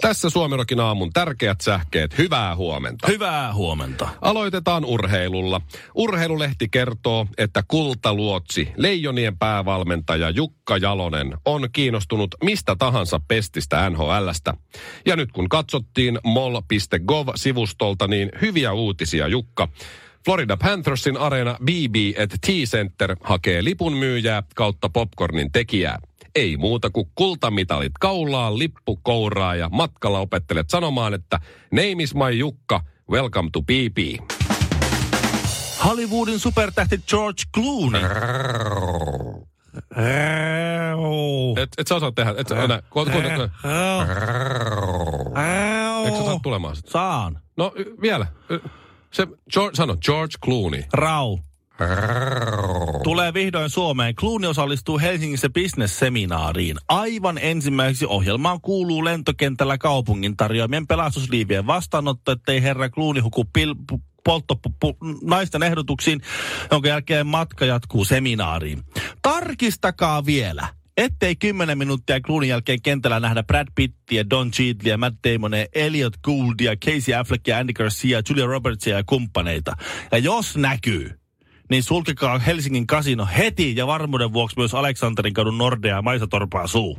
Tässä Suomirokin aamun tärkeät sähkeet. Hyvää huomenta. Hyvää huomenta. Aloitetaan urheilulla. Urheilulehti kertoo, että kultaluotsi, leijonien päävalmentaja Jukka Jalonen on kiinnostunut mistä tahansa pestistä NHLstä. Ja nyt kun katsottiin mol.gov-sivustolta, niin hyviä uutisia Jukka. Florida Panthersin areena BB at T-Center hakee lipun myyjää kautta popcornin tekijää. Ei muuta kuin kultamitalit kaulaan, lippu kouraa ja matkalla opettelet sanomaan, että name is my Jukka, welcome to BB. Hollywoodin supertähti George Clooney. Et, et sä osaa tehdä, et sä enää. Ku, ku, ku, äh. eikö sä saa tulemaan sit? Saan. No y- vielä. Y- Se, George, sano, George Clooney. Rau. Tulee vihdoin Suomeen. Kluuni osallistuu Helsingissä bisnesseminaariin. Aivan ensimmäiseksi ohjelmaan kuuluu lentokentällä kaupungin tarjoamien pelastusliivien vastaanotto, ettei herra Kluuni huku pil- pu- polttopuppu naisten ehdotuksiin, jonka jälkeen matka jatkuu seminaariin. Tarkistakaa vielä, ettei 10 minuuttia Kluunin jälkeen kentällä nähdä Brad Pittiä, Don Cheadleä, Matt Damonia, Elliot Gouldia, Casey Affleckia, Andy Garcia, Julia Robertsia ja kumppaneita. Ja jos näkyy, niin sulkekaa Helsingin kasino heti ja varmuuden vuoksi myös Aleksanterin kadun Nordea ja Maisa Torpaa suu.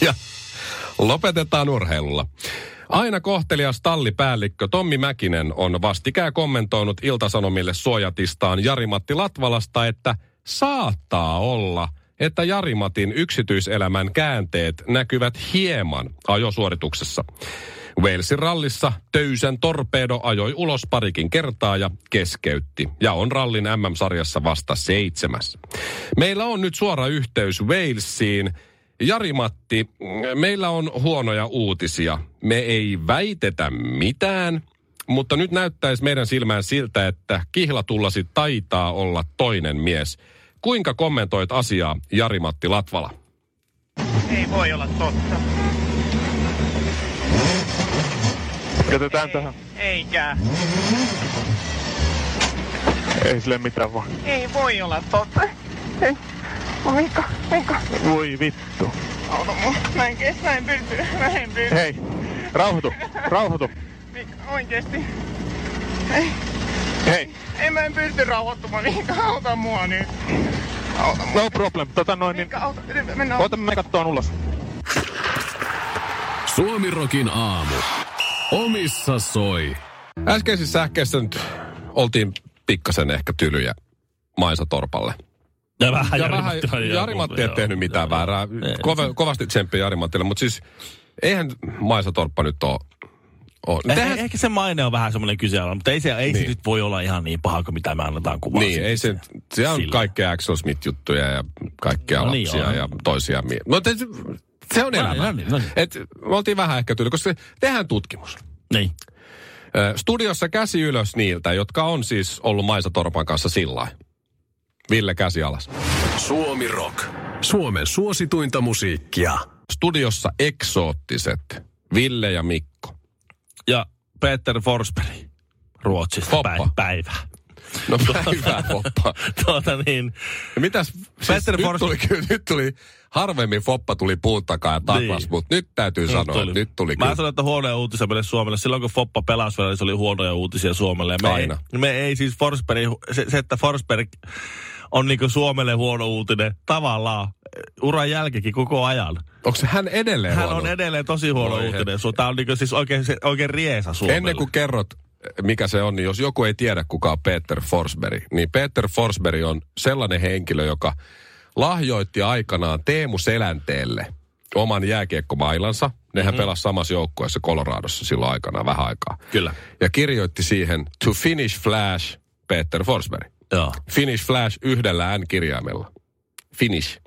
Ja lopetetaan urheilulla. Aina kohtelias tallipäällikkö Tommi Mäkinen on vastikään kommentoinut Iltasanomille suojatistaan Jari-Matti Latvalasta, että saattaa olla, että Jarimatin yksityiselämän käänteet näkyvät hieman ajosuorituksessa. Walesin rallissa Töysän torpedo ajoi ulos parikin kertaa ja keskeytti ja on rallin MM-sarjassa vasta seitsemäs. Meillä on nyt suora yhteys Walesiin Jari-Matti, meillä on huonoja uutisia. Me ei väitetä mitään, mutta nyt näyttäisi meidän silmään siltä, että kihlatullasi taitaa olla toinen mies. Kuinka kommentoit asiaa, Jari-Matti Latvala? Ei voi olla totta. Jätetään tähän. Eikä. Ei sille mitään vaan. Ei voi olla totta. Mika, Mika. Voi vittu. Auta mua. Mä en kestä, mä en pysty. Mä en pysty. Hei, rauhoitu, rauhoitu. Mika, oikeesti. Hei, Niin. En mä en pysty rauhoittumaan. Mika, auta mua nyt. no problem. Tota noin, niin Mika, auta. Nyt Mennään ota me kattoon ulos. Suomirokin aamu. Omissa soi. Äskeisessä sähkeissä nyt oltiin pikkasen ehkä tylyjä Maisa Torpalle. Ja vähän Ja vähän Jari-Matti ei tehnyt mitään väärää. Kove, kovasti tsemppiä Jari-Mattille, mutta siis eihän Maisa Torppa nyt ole... ole. Eh, Tehän- eh, ehkä se maine on vähän semmoinen kyseenalainen, mutta ei, se, ei niin. Niin. se nyt voi olla ihan niin paha kuin mitä me annetaan kuvaa. Niin, siitä. ei se, siellä on Sillä. kaikkea Axel Smith-juttuja ja kaikkea no, No niin, lapsia joo. ja toisia mie- No, te, se on No niin, elämä. no niin, no niin. Et, me oltiin vähän ehkä tyyli, koska tehdään tutkimus. Niin. Ö, Studiossa käsi ylös niiltä, jotka on siis ollut Maisa Torpan kanssa sillä Ville käsi alas. Suomi Rock. Suomen suosituinta musiikkia. Studiossa eksoottiset Ville ja Mikko. Ja Peter Forsberg Ruotsista Hoppa. päi- päivää. No hyvä poppa. Tuota niin, Mitäs, siis Petteri nyt, Fors- tuli, kyllä- nyt tuli, harvemmin foppa tuli puun takaa ja taklas, Niin. mutta nyt täytyy sanoa, että nyt tuli Mä sanoin, että huonoja uutisia meille Suomelle. Silloin kun Foppa pelasi vielä, niin se oli huonoja uutisia Suomelle. Ja Me Aina. Ei, me ei siis Forsberg, se, se että Forsberg on niinku Suomelle huono uutinen tavallaan eh, uran jälkikin koko ajan. Onko se hän edelleen Hän huono? on edelleen tosi huono Voi uutinen. Su- Tää on niinku siis oikein, se, oikein riesa Suomelle. Ennen kuin kerrot, mikä se on, niin jos joku ei tiedä, kuka on Peter Forsberg, niin Peter Forsberg on sellainen henkilö, joka lahjoitti aikanaan Teemu Selänteelle oman jääkiekkomailansa. Nehän Mhm. mm-hmm. pelasi samassa joukkueessa Coloradossa silloin aikana vähän aikaa. Kyllä. Ja kirjoitti siihen To Finish Flash Peter Forsberg. Joo, Finish Flash yhdellä N-kirjaimella. Finish.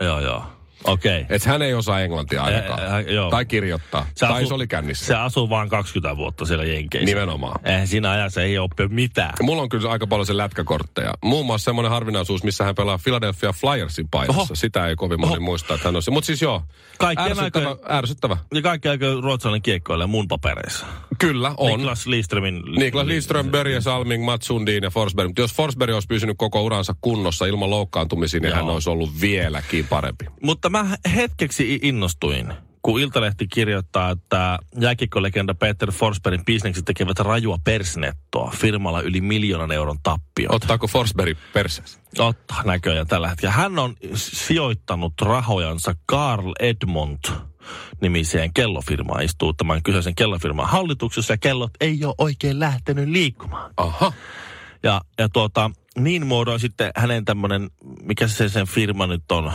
joo, joo. Okei. Okay. Et hän ei osaa englantia ainakaan. Ä- ä- joo. tai kirjoittaa. tai se oli kännissä. Se asuu vaan 20 vuotta siellä Jenkeissä. Nimenomaan. Eihän siinä ajassa ei oppi mitään. Mulla on kyllä aika paljon se lätkäkortteja. Muun muassa semmoinen harvinaisuus, missä hän pelaa Philadelphia Flyersin paidassa. Oho. Oho. Sitä ei kovin moni Oho. muista, että hän on se. Mutta siis joo, Kaikkien ärsyttävä, aikojen- ärsyttävä. Ja kaikki aikoo ruotsalainen kiekkoille mun papereissa. Kyllä, on. Niklas Lidströmin... Niklas Lidström, Börje Salming, Mats Sundin ja Forsberg. Mutta jos Forsberg olisi pysynyt koko uransa kunnossa ilman loukkaantumisia, niin Joo. hän olisi ollut vieläkin parempi. Mutta mä hetkeksi i- innostuin, kun Iltalehti kirjoittaa, että jääkiekkolegenda Peter Forsbergin bisnekset tekevät rajua persnettoa firmalla yli miljoonan euron tappio. Ottaako Forsberg perseensä? Ottaa näköjään tällä hetkellä. Hän on sijoittanut rahojansa Carl Edmond nimiseen kellofirmaan, istuu tämän kyseisen kellofirman hallituksessa ja kellot ei ole oikein lähtenyt liikkumaan. Aha. Ja, ja tuota, niin muodoin sitten hänen tämmöinen, mikä se sen firma nyt on,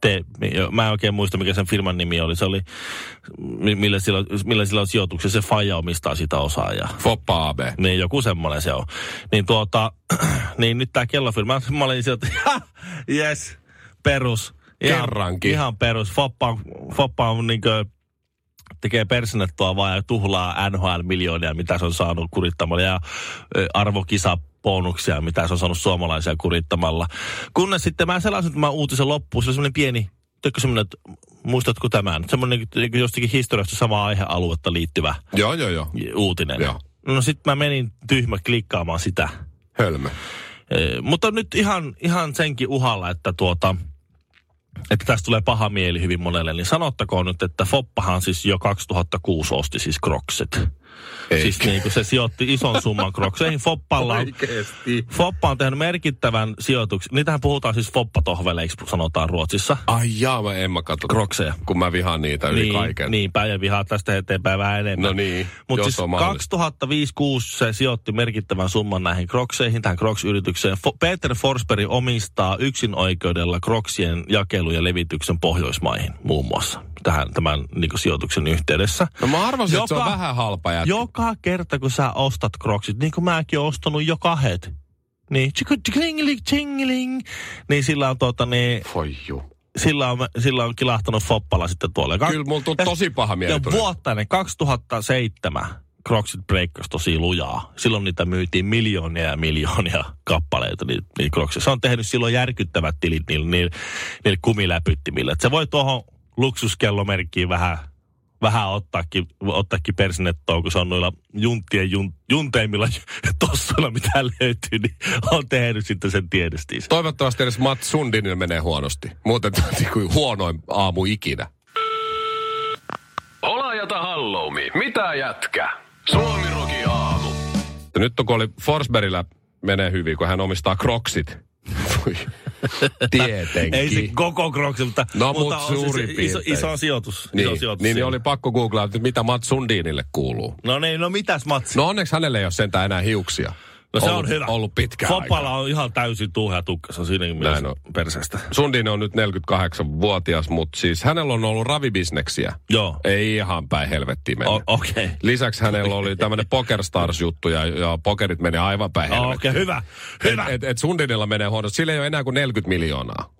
te, mä en oikein muista, mikä sen firman nimi oli. Se oli, mi- millä sillä, millä sillä on sijoituksessa, se Faja omistaa sitä osaa ja Foppa AB. niin joku semmoinen se on. Niin tuota, niin nyt tää kellofirma, mä olin sieltä, yes, perus. Kerrankin. Ihan perus. Foppa, on- Foppa on niinkö, tekee persinettua vaan ja tuhlaa NHL-miljoonia, mitä se on saanut kurittamalla ja ö, arvokisa bonuksia, mitä se on saanut suomalaisia kurittamalla. Kunnes sitten mä selasin tämän uutisen loppuun, se oli semmoinen pieni, tiedätkö semmoinen, että muistatko tämän? Semmoinen niin jostakin historiasta samaa aihealuetta liittyvä Joo, joo, joo. uutinen. Joo. No sit mä menin tyhmä klikkaamaan sitä. Hölmö. Ee, mutta nyt ihan, ihan senkin uhalla, että tuota, että tästä tulee paha mieli hyvin monelle, niin sanottakoon nyt, että Foppahan siis jo 2006 osti siis krokset. Ei. Siis niin kuin se sijoitti ison summan krokseihin. Foppalla on, Oikeesti. Foppa on tehnyt merkittävän sijoituksen. Niitähän puhutaan siis foppatohveleiksi, sanotaan Ruotsissa. Ai jaa, mä en mä katso. Krokseja. Kun mä vihaan niitä yli niin, kaiken. Niin, päivän vihaa tästä eteenpäin vähän enemmän. No niin, Mutta jos siis on mahdollista. 2005-2006 se sijoitti merkittävän summan näihin Crocseihin, tähän Crocs-yritykseen. Fo- Peter Forsberg omistaa yksin oikeudella Crocsien jakelu ja levityksen Pohjoismaihin muun muassa tähän, tämän niin sijoituksen yhteydessä. No mä arvasin, että se on Joka- vähän halpa jätkä. Joka kerta, kun sä ostat Crocsit, niin kuin mäkin oon ostanut jo kahdet, niin, tsikutsiklingeling, tsingeling, niin sillä on, tuota, niin, Voi juu. sillä on, sillä on kilahtanut foppala sitten tuolla. Ja- Kyllä mulla ja- tuli tosi paha mieli. ja tuli. vuottainen 2007 Crocsit breikkasi tosi lujaa. Silloin niitä myytiin miljoonia ja miljoonia kappaleita niitä, niitä Crocsia. Se on tehnyt silloin järkyttävät tilit niille, niille, niille kumiläpyttimille. Et se voi tuohon luksuskellomerkkiin vähän, vähän ottaakin, ottaakin persinettoa, kun se on noilla junttien, jun, junteimmilla tossuilla, mitä löytyy, niin on tehnyt sitten sen tiedesti. Toivottavasti edes Mats Sundinille menee huonosti. Muuten tämä on niin kuin huonoin aamu ikinä. Ola jätä halloumi. Mitä jätkä? Suomi Rokin aamu. Ja nyt kun oli Forsbergillä menee hyvin, kun hän omistaa kroksit. Voi, Tietenkin. Ei se koko Crocs, mutta, Niin. No, mutta mut on se suurin se iso, piirtein. iso, sijoitus. iso niin, sijoitus niin, niin siinä. oli pakko googlaa, että mitä Mats Sundinille kuuluu. No niin, no mitäs Matsi? No onneksi hänelle ei ole sentään enää hiuksia. No se ollut, on hyvä. Ollut pitkä Fopala on ihan täysin tuuhea tukkassa siinäkin mielessä Näin on. perseestä. Sundin on nyt 48-vuotias, mutta siis hänellä on ollut ravibisneksiä. Joo. Ei ihan päin helvettiin mennä. O- Okei. Lisäksi hänellä oli tämmöinen PokerStars-juttu ja, ja pokerit meni aivan päin No, Okei, helvettiin. hyvä. Hyvä. Et, et, et Sundinilla menee huonosti. Sillä ei ole enää kuin 40 miljoonaa.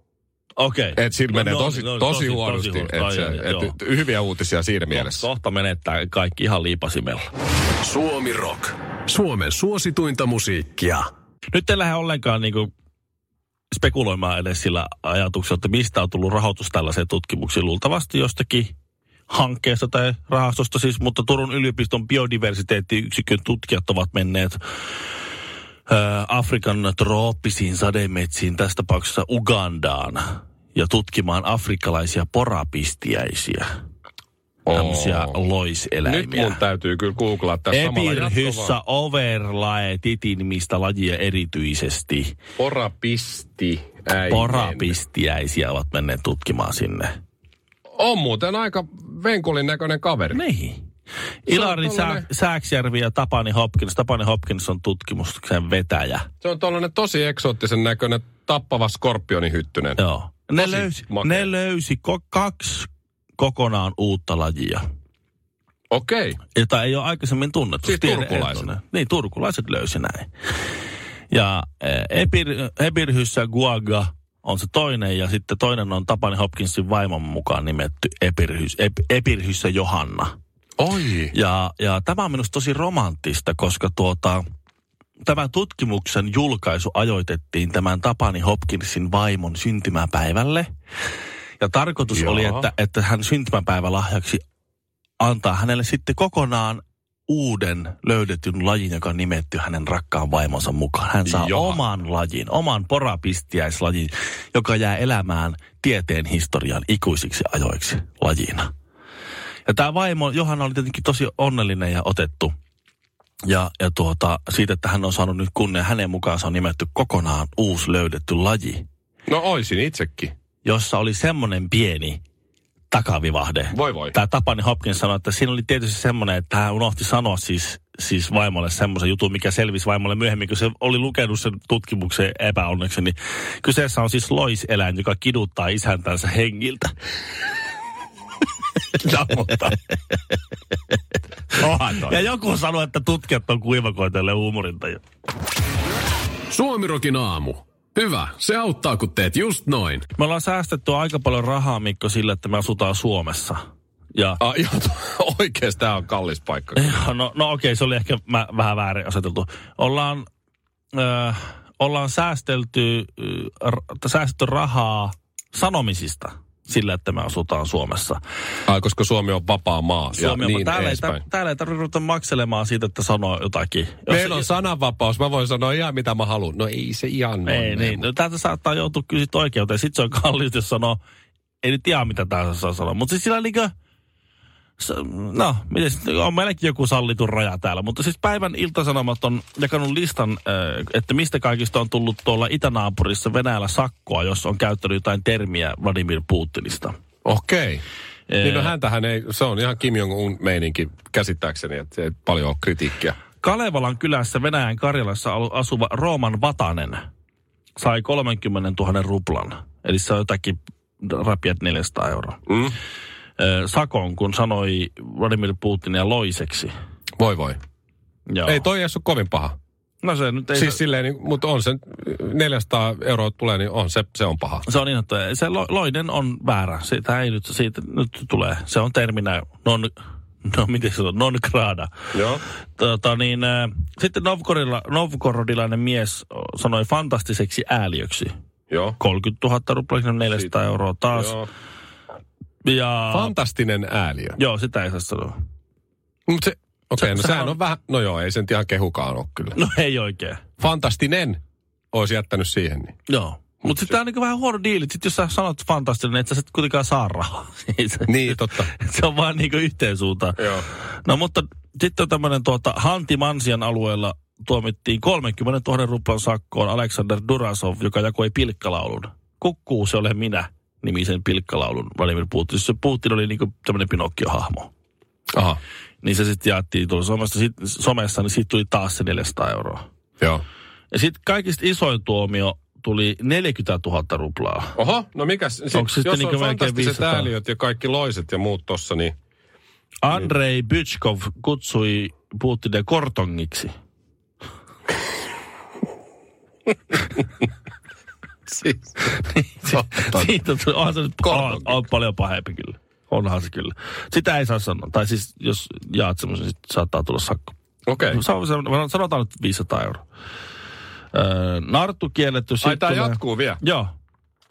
Okei. No, Et sillä menee tosi, tosi, tosi huonosti. Ai, et se, ai, ai, joo. et, et, hyviä uutisia siinä mielessä. Kohta menettää kaikki ihan liipasimella. Suomi Rock. Suomen suosituinta musiikkia. Nyt en lähde ollenkaan niinku spekuloimaan edes sillä ajatuksella, että mistä on tullut rahoitus tällaiseen tutkimuksiin. Luultavasti jostakin hankkeesta tai rahastosta siis, mutta Turun yliopiston biodiversiteettiyksikön tutkijat ovat menneet ö, Afrikan trooppisiin sademetsiin, tässä tapauksessa Ugandaan, ja tutkimaan afrikkalaisia porapistiäisiä, tämmöisiä Nyt loiseläimiä. mun täytyy kyllä googlaa tässä samalla jatkuvaa. Epirhyssä overlae titinimistä lajia erityisesti. Porapisti. äinen. Porapistiäisiä ovat menneet tutkimaan sinne. On muuten aika venkulin näköinen kaveri. Niin. Ilari Sä- tollanen- Sääksjärvi ja Tapani Hopkins. Tapani Hopkins on tutkimuksen vetäjä. Se on tuollainen tosi eksoottisen näköinen tappava skorpionihyttynen. Joo. Ne Tosi löysi, makea. ne löysi ko- kaksi kokonaan uutta lajia, Okei. jota ei ole aikaisemmin tunnettu. Siis Tiede- turkulaiset. Niin, turkulaiset löysi näin. Ja eh, epir, epirhyssä guaga on se toinen ja sitten toinen on Tapani Hopkinsin vaimon mukaan nimetty Epirhys, Ep, Epirhyssä Johanna. Oi. Ja, ja tämä on minusta tosi romanttista, koska tuota, tämän tutkimuksen julkaisu ajoitettiin tämän Tapani Hopkinsin vaimon syntymäpäivälle. Ja tarkoitus Joo. Joo. oli, että, että hän syntymäpäivälahjaksi antaa hänelle sitten kokonaan uuden löydetyn lajin, joka on nimetty hänen rakkaan vaimonsa mukaan. Hän Joo. saa Joo. oman lajin, oman porapistiäislajin, joka jää elämään tieteen historian ikuisiksi ajoiksi lajina. Ja tämä vaimo, Johanna oli tietenkin tosi onnellinen ja otettu. Ja, ja tuota, siitä, että hän on saanut nyt kunnia, hänen mukaansa on nimetty kokonaan uusi löydetty laji, No oisin itsekin. jossa oli semmoinen pieni takavivahde. Voi voi. Tämä Tapani Hopkins sanoi, että siinä oli tietysti semmoinen, että hän unohti sanoa siis, siis vaimolle semmoisen jutun, mikä selvisi vaimolle myöhemmin, kun se oli lukenut sen tutkimuksen epäonneksi. Niin kyseessä on siis loiseläin, joka kiduttaa isäntänsä hengiltä. Ja, mutta. Onhan toi. Ja joku sanoi, että tutkijat on kuivakoitelle huumorinta. Suomirokin aamu. Hyvä, se auttaa kun teet just noin. Me ollaan säästetty aika paljon rahaa, Mikko, sillä, että me asutaan Suomessa. Ja Ah, ihan to- oikeesti tää on kallis paikka. no, no okei, se oli ehkä mä, vähän väärin aseteltu. Ollaan, ö, ollaan säästelty, ö, r- säästetty rahaa sanomisista sillä, että me asutaan Suomessa. Ah, koska Suomi on vapaa maa Suomi ja on, niin täällä, ei, edespäin. tar- täällä ei tarvitse ruveta makselemaan siitä, että sanoo jotakin. Jos- Meillä on sananvapaus. Mä voin sanoa ihan mitä mä haluan. No ei se ihan noin. mene, Ei niin, mutta- no, täältä saattaa joutua kyllä sit oikeuteen. Sitten se on kallista, jos sanoo, ei nyt tiedä mitä tää saa sanoa. Mutta siis sillä niinkö, s- no, miten sit- on meilläkin joku sallitun raja täällä. Mutta siis päivän iltasanomat on jakanut listan, äh, että mistä kaikista on tullut tuolla itänaapurissa Venäjällä sakkoa, jos on käyttänyt jotain termiä Vladimir Putinista. Okei. Ee. Niin no häntähän ei, se on ihan Kim Jong-un meininki käsittääkseni, että se ei paljon ole kritiikkiä. Kalevalan kylässä Venäjän Karjalassa alu- asuva Rooman Vatanen sai 30 000 ruplan. Eli se on jotakin rapiat 400 euroa. Mm. ö, sakon, kun sanoi Vladimir Putinia loiseksi. Voi voi. Joo. Ei toi ei ole kovin paha. no se nyt ei... Ei siis silleen, niin, mutta on se 400 euroa tulee, niin on se, se on paha. se on niin, että se lo, loinen on väärä. Sitä ei nyt, siitä nyt tulee. Se on terminä non, no miten se on, non grada. Joo. Tota, niin, ö, sitten Novgorodila, Novgorodilainen mies ö, sanoi fantastiseksi ääliöksi. Joo. 30 000 ruplaa, 400 Siitä- euroa taas. Joo. Joo. Ja, Fantastinen ääliö. joo, sitä ei saa sanoa. Mut se, okei, okay, Se- no sehän sehän on on- vähän, no joo, ei sen ihan kehukaan ole kyllä. No ei oikein. Fantastinen olisi jättänyt siihen. Niin. Joo. Mutta sitten tämä on niinku vähän huono diili. Sitten jos sä sanot fantastinen, että sä sit kuitenkaan saa rahaa. Siis- Niin, totta. se on vaan niinku yhteen suuntaan. Joo. No mutta sitten on tämmöinen tuota, Hanti Mansian alueella tuomittiin 30 000 ruplan sakkoon Aleksander Durasov, joka jakoi pilkkalaulun. Kukkuu se ole minä nimisen pilkkalaulun Vladimir Putin. Se Putin oli niinku tämmöinen Pinocchio-hahmo. Aha, Niin se sitten jaettiin tuolla somessa, sit, somessa, niin siitä tuli taas se 400 euroa. joo. Ja sitten kaikista isoin tuomio tuli 40 000 ruplaa. Oho, no mikä, sit, Onko Onko se jos sitten on niinku melkein fantastiset 500? ääliöt ja kaikki loiset ja muut tossa, niin Andrei Bychkov kutsui Putinia kortongiksi. siis. Siitä tuli, onhan se nyt on, Kortonki. on paljon pahempi kyllä. Onhan se kyllä. Sitä ei saa sanoa. Tai siis jos jaat semmoisen, sit saattaa tulla sakko. Okei. Okay. Sa- se- Sanotaan nyt 500 euroa. Öö, narttu kielletty. Ai sit tää tulee- jatkuu vielä. Joo.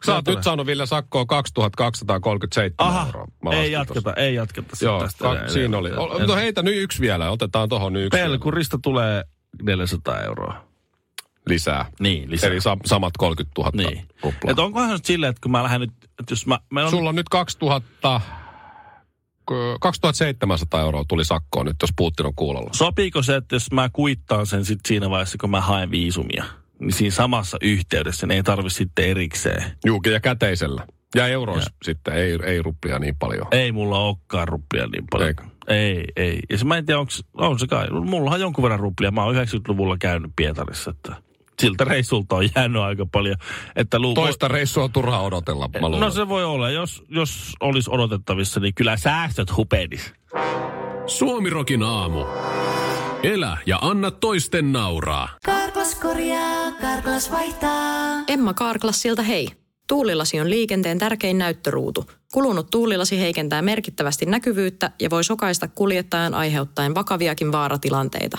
Sä oot Tulee. nyt saanut Ville Sakkoa 2237 Aha, euroa. Mä ei laskin jatketa, tossa. ei jatketa. sit Joo, tästä ka- enää. siinä oli. Ol- No heitä nyt yksi vielä, otetaan tohon nyt yksi vielä Pelkurista tulee 400 euroa. lisää. Niin, lisää. Eli sa- samat 30 000 Niin. ruplaa. Et onkohan se nyt silleen, että kun mä lähden nyt, että jos mä, meillä on Sulla on nyt 2000, ö, 2700 euroa tuli sakkoon nyt, jos Putin on kuulolla. Sopiiko se, että jos mä kuittaan sen sit siinä vaiheessa, kun mä haen viisumia, niin siinä samassa yhteydessä, niin ei tarvi sitten erikseen. Juuki ja käteisellä. Ja euroissa sitten, ei, ei ruplia niin paljon. Ei mulla olekaan ruplia niin paljon. Eikö? Ei, ei. Ja se mä en tiedä, onks, on se kai. Mullahan jonkun verran ruplia. Mä oon 90-luvulla käynyt Pietarissa, että siltä reissulta on jäänyt aika paljon. Että lu- Toista reissua on turhaa odotella, mä luulen. No se voi olla. Jos, jos olisi odotettavissa, niin kyllä säästöt hupenis. Suomirokin aamu. Elä ja anna toisten nauraa. Karklas korjaa, Karklas vaihtaa. Emma Karklassilta hei. Tuulilasi on liikenteen tärkein näyttöruutu. Kulunut tuulilasi heikentää merkittävästi näkyvyyttä ja voi sokaista kuljettajan aiheuttaen vakaviakin vaaratilanteita.